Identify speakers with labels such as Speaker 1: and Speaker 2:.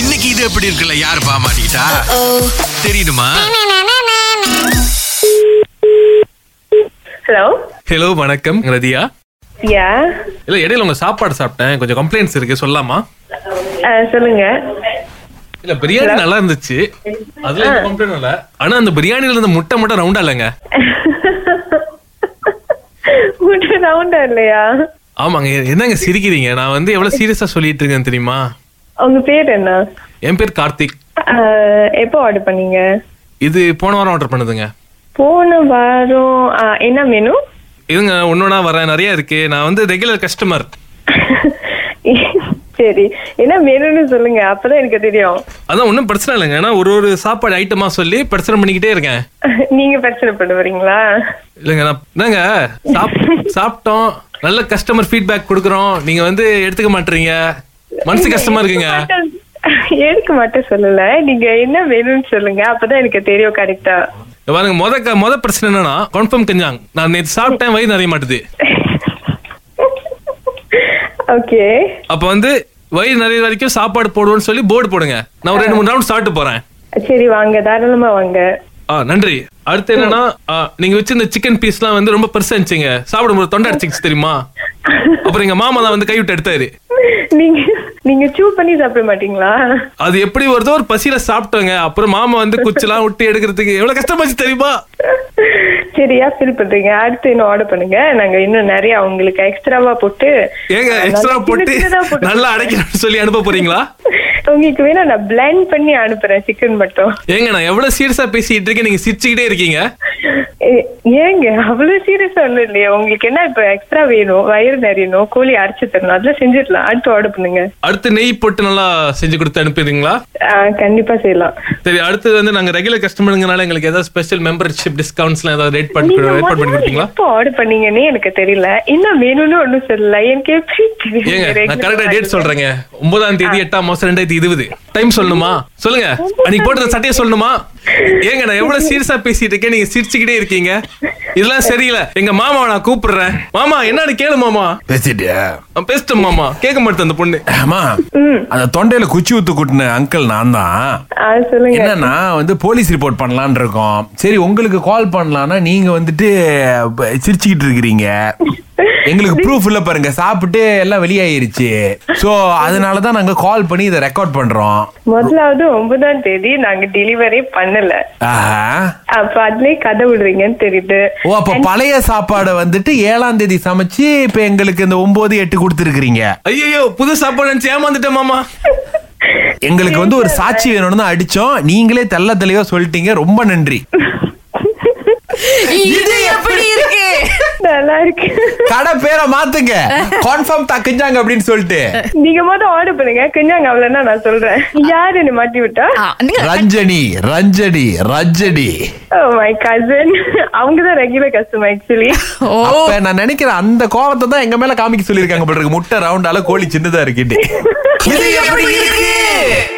Speaker 1: இன்னைக்கு இது எப்படி இருக்குல்ல யாரு பாமாட்டா தெரியுமா
Speaker 2: ஹலோ
Speaker 3: ஹலோ வணக்கம் ரதியா
Speaker 2: யா
Speaker 3: இல்ல இடையில உங்க சாப்பாடு சாப்பிட்டேன் கொஞ்சம் கம்ப்ளைண்ட்ஸ் இருக்கு சொல்லாமா
Speaker 2: Uh, சொல்லுங்க
Speaker 3: இல்ல பிரியாணி நல்லா இருந்துச்சு அதுல கம்ப்ளைண்ட் இல்ல ஆனா அந்த பிரியாணில இருந்த முட்டை மட்டும் ரவுண்டா இல்லங்க
Speaker 2: உங்கள்கிட்ட ரவுண்டா இல்லையா
Speaker 3: ஆமாங்க என்னங்க சிரிக்கிறீங்க நான் வந்து எவ்வளவு சீரியஸா சொல்லிட்டு இருக்கேன் தெரியுமா
Speaker 2: உங்க பேர் என்ன
Speaker 3: என் பேர் கார்த்திக்
Speaker 2: அஹ், எப்போ ஆர்டர் பண்ணீங்க
Speaker 3: இது போன வாரம் ஆர்டர் பண்ணுதுங்க
Speaker 2: போன வாரம் அஹ், என்ன மெனு
Speaker 3: இதுங்க ஒன்னொன்னா வர நிறைய இருக்கு நான் வந்து ரெகுலர் கஸ்டமர்
Speaker 2: சரி என்ன மெனுன்னு சொல்லுங்க அப்பதான் எனக்கு தெரியும்
Speaker 3: அதான் ஒன்றும் பிரச்சனை இல்லைங்க ஏன்னா ஒரு ஒரு சாப்பாடு ஐட்டமா சொல்லி பிரச்சனை பண்ணிக்கிட்டே இருக்கேன்
Speaker 2: நீங்க பிரச்சனை பண்ணுவீங்களா
Speaker 3: இல்லைங்க நான் என்னங்க சாப்- சாப்பிட்டோம் நல்ல கஸ்டமர் ஃபீட்பேக் கொடுக்குறோம் நீங்க வந்து எடுத்துக்க மாட்டீங்க மனசு கஷ்டமா இருக்குங்க
Speaker 2: எடுக்க மட்டும் சொல்லல நீங்க என்ன வேணும்னு சொல்லுங்க அப்பதான் எனக்கு தெரியும் கரெக்டா
Speaker 3: இங்க பாருங்க மொத க- மொத பிரச்சனை என்னன்னா கன்ஃபார்ம் கஞ்சாங் நான் நேற்று சாப்பிட்டேன் வயிறு நிறைய மாட்டுது
Speaker 2: ஓகே
Speaker 3: அப்ப வந்து வயிறு நிறைய வரைக்கும் சாப்பாடு போடுவோம்னு சொல்லி போர்டு போடுங்க நான் ஒரு ரெண்டு மூணு ரவுண்ட் சாப்பிட்டு போறேன்
Speaker 2: சரி வாங்க தாராளமா வாங்க
Speaker 3: ஆ நன்றி அடுத்து என்னன்னா ஆ, நீங்க வச்சிருந்த சிக்கன் பீஸ்லாம் வந்து ரொம்ப பெருசா இருந்துச்சுங்க சாப்பிடும்போது தொண்டை அடிச்சிச்சு தெரியுமா அப்புறம் எங்க மாமா தான் வந்து கைவிட்டு எடுத்தாரு
Speaker 2: நீங்க நீங்க சூ பண்ணி சாப்பிட மாட்டீங்களா
Speaker 3: அது எப்படி வருதோ ஒரு பசியில சாப்பிட்டோங்க அப்புறம் மாமா வந்து குச்சிலாம் விட்டு எடுக்கிறதுக்கு எவ்வளவு கஷ்டமாச்சு தெரியுமா
Speaker 2: சரியா ஃபீல் பண்றீங்க அடுத்து இன்னும் ஆர்டர் பண்ணுங்க நாங்க இன்னும் நிறைய உங்களுக்கு எக்ஸ்ட்ராவா போட்டு
Speaker 3: ஏங்க
Speaker 2: நல்லா
Speaker 3: எக்ஸ்ட்ரா
Speaker 2: சின்ன
Speaker 3: போட்டு
Speaker 2: சின்னதா போட்டு
Speaker 3: நல்லா அடைக்கணும்னு சொல்லி அனுப்ப போறீங்களா
Speaker 2: உங்களுக்கு வேணா நான் பிளண்ட் பண்ணி அனுப்புறேன் சிக்கன் மட்டும்
Speaker 3: ஏங்க நான் எவ்வளவு சீரியஸா பேசிட்டு இருக்கேன் நீங்க சிரிச்சுக்கிட்டே இருக்கீங்க
Speaker 2: ஏ- ஏங்க அவ்வளவு சீரியஸா ஒண்ணும் இல்லையா உங்களுக்கு என்ன இப்ப எக்ஸ்ட்ரா வேணும் வயிறு நிறையணும் கோழி அரைச்சு தரணும் அதெல்லாம் செஞ்சிடலாம் அடுத்து ஆர்டர் பண்ணுங்க
Speaker 3: அடுத்து நெய் போட்டு நல்லா செஞ்சு கொடுத்து அனுப்பிடுறீங்களா
Speaker 2: ஆ, கண்டிப்பா செய்யலாம்
Speaker 3: சரி அடுத்து வந்து நாங்க ரெகுலர் கஸ்டமருங்கனால எங்களுக்கு ஏதாவது ஸ்பெஷல் மெம்பர்ஷிப் டிஸ்கவுண்ட்ஸ்லாம் ஏதாவது ரேட் பண்ணி
Speaker 2: நீங்க
Speaker 3: ரேட் பண்ணி
Speaker 2: முதல்ல
Speaker 3: கொடுப்பீங்களா
Speaker 2: எப்போ ஆர்டர் பண்ணீங்கன்னே எனக்கு தெரியல என்ன வேணும்னு ஒண்ணும் சொல்லல எனக்கு எப்படி தெரியும்
Speaker 3: ஏங்க நான்
Speaker 2: நீங்க regular
Speaker 3: கரெக்டா
Speaker 2: order
Speaker 3: டேட் சொல்றேங்க ஒன்பதாம் தேதி எட்டாம் மாசம் ரெண்டாயிரத்தி இருபது டைம் சொல்லணுமா சொல்லுங்க அன்னைக்கு போட்டு சட்டையை சொல்லணுமா ஏங்க நான் எவ்வளவு சீரியஸா பேசிட்டு இருக்கேன் நீங்க சிரிச்சுக்கிட்டே இருக்கீங்க இதெல்லாம் சரியில்லை எங்க மாமாவை நான் கூப்பிடுறேன் மாமா என்னன்னு கேளு மாமா
Speaker 4: பேசிட்டியா
Speaker 3: நான் பேசிட்டேன் மாமா கேட்க மாட்டேன் அந்த பொண்ணு
Speaker 4: ஆமா அந்த தொண்டையில குச்சி ஊத்து கூட்டின அங்கிள் நான் தான்
Speaker 2: ஆ சொல்லுங்க
Speaker 4: என்னன்னா வந்து போலீஸ் ரிப்போர்ட் பண்ணலாம்னு இருக்கோம் சரி உங்களுக்கு கால் பண்ணலாம்னா நீங்க வந்துட்டு ப- சிரிச்சுக்கிட்டு இருக்கிறீங்க எங்களுக்கு ப்ரூஃப் இல்ல பாருங்க சாப்பிட்டு எல்லாம் வெளியாயிருச்சு சோ அதனால தான் நாங்க கால் பண்ணி இதை ரெக்கார்ட் பண்றோம்
Speaker 2: முதலாவது ஒன்பதாம் தேதி நாங்க டெலிவரி பண்ணல
Speaker 4: ஆஹா.
Speaker 2: அப்ப அதுலயே கதை விடுறீங்கன்னு தெரியுது
Speaker 4: ஓ அப்ப பழைய சாப்பாடை வந்துட்டு ஏழாம் தேதி சமைச்சு இப்ப எங்களுக்கு இந்த ஒன்பது எட்டு கொடுத்துருக்கீங்க
Speaker 3: ஐயோ புது சாப்பாடு நினைச்சு ஏமாந்துட்டேன் மாமா
Speaker 4: எங்களுக்கு வந்து ஒரு சாட்சி வேணும்னு தான் அடிச்சோம் நீங்களே தெள்ள தெளிவா சொல்லிட்டீங்க ரொம்ப நன்றி
Speaker 5: இது எப்படி இருக்கு
Speaker 2: நல்லா இருக்கு
Speaker 4: கடை பேரை மாத்துங்க கன்ஃபார்ம் தக்குஞ்சாங்க அப்படின்னு சொல்லிட்டு
Speaker 2: நீங்க மொதல் ஆர்டர் பண்ணுங்க கொஞ்சம் அவ்வளவுனா நான் சொல்றேன் யாரு என்னை மாட்டி விட்டா
Speaker 5: ஆ, நீங்க
Speaker 4: ரஞ்சனி ரஞ்சனி ரஞ்சனி
Speaker 2: மை கசன் அவங்க தான் ரெகுலர் கஸ்டமர் ஆக்சுவலி
Speaker 5: ஓ
Speaker 4: அப்ப நான் நினைக்கிறேன் அந்த கோவத்தை தான் எங்க மேல காமிக்க சொல்லிருக்காங்க போல இருக்கு முட்டை ரவுண்டால கோழி சின்னதா இருக்கு
Speaker 5: இது எப்படி இருக்கு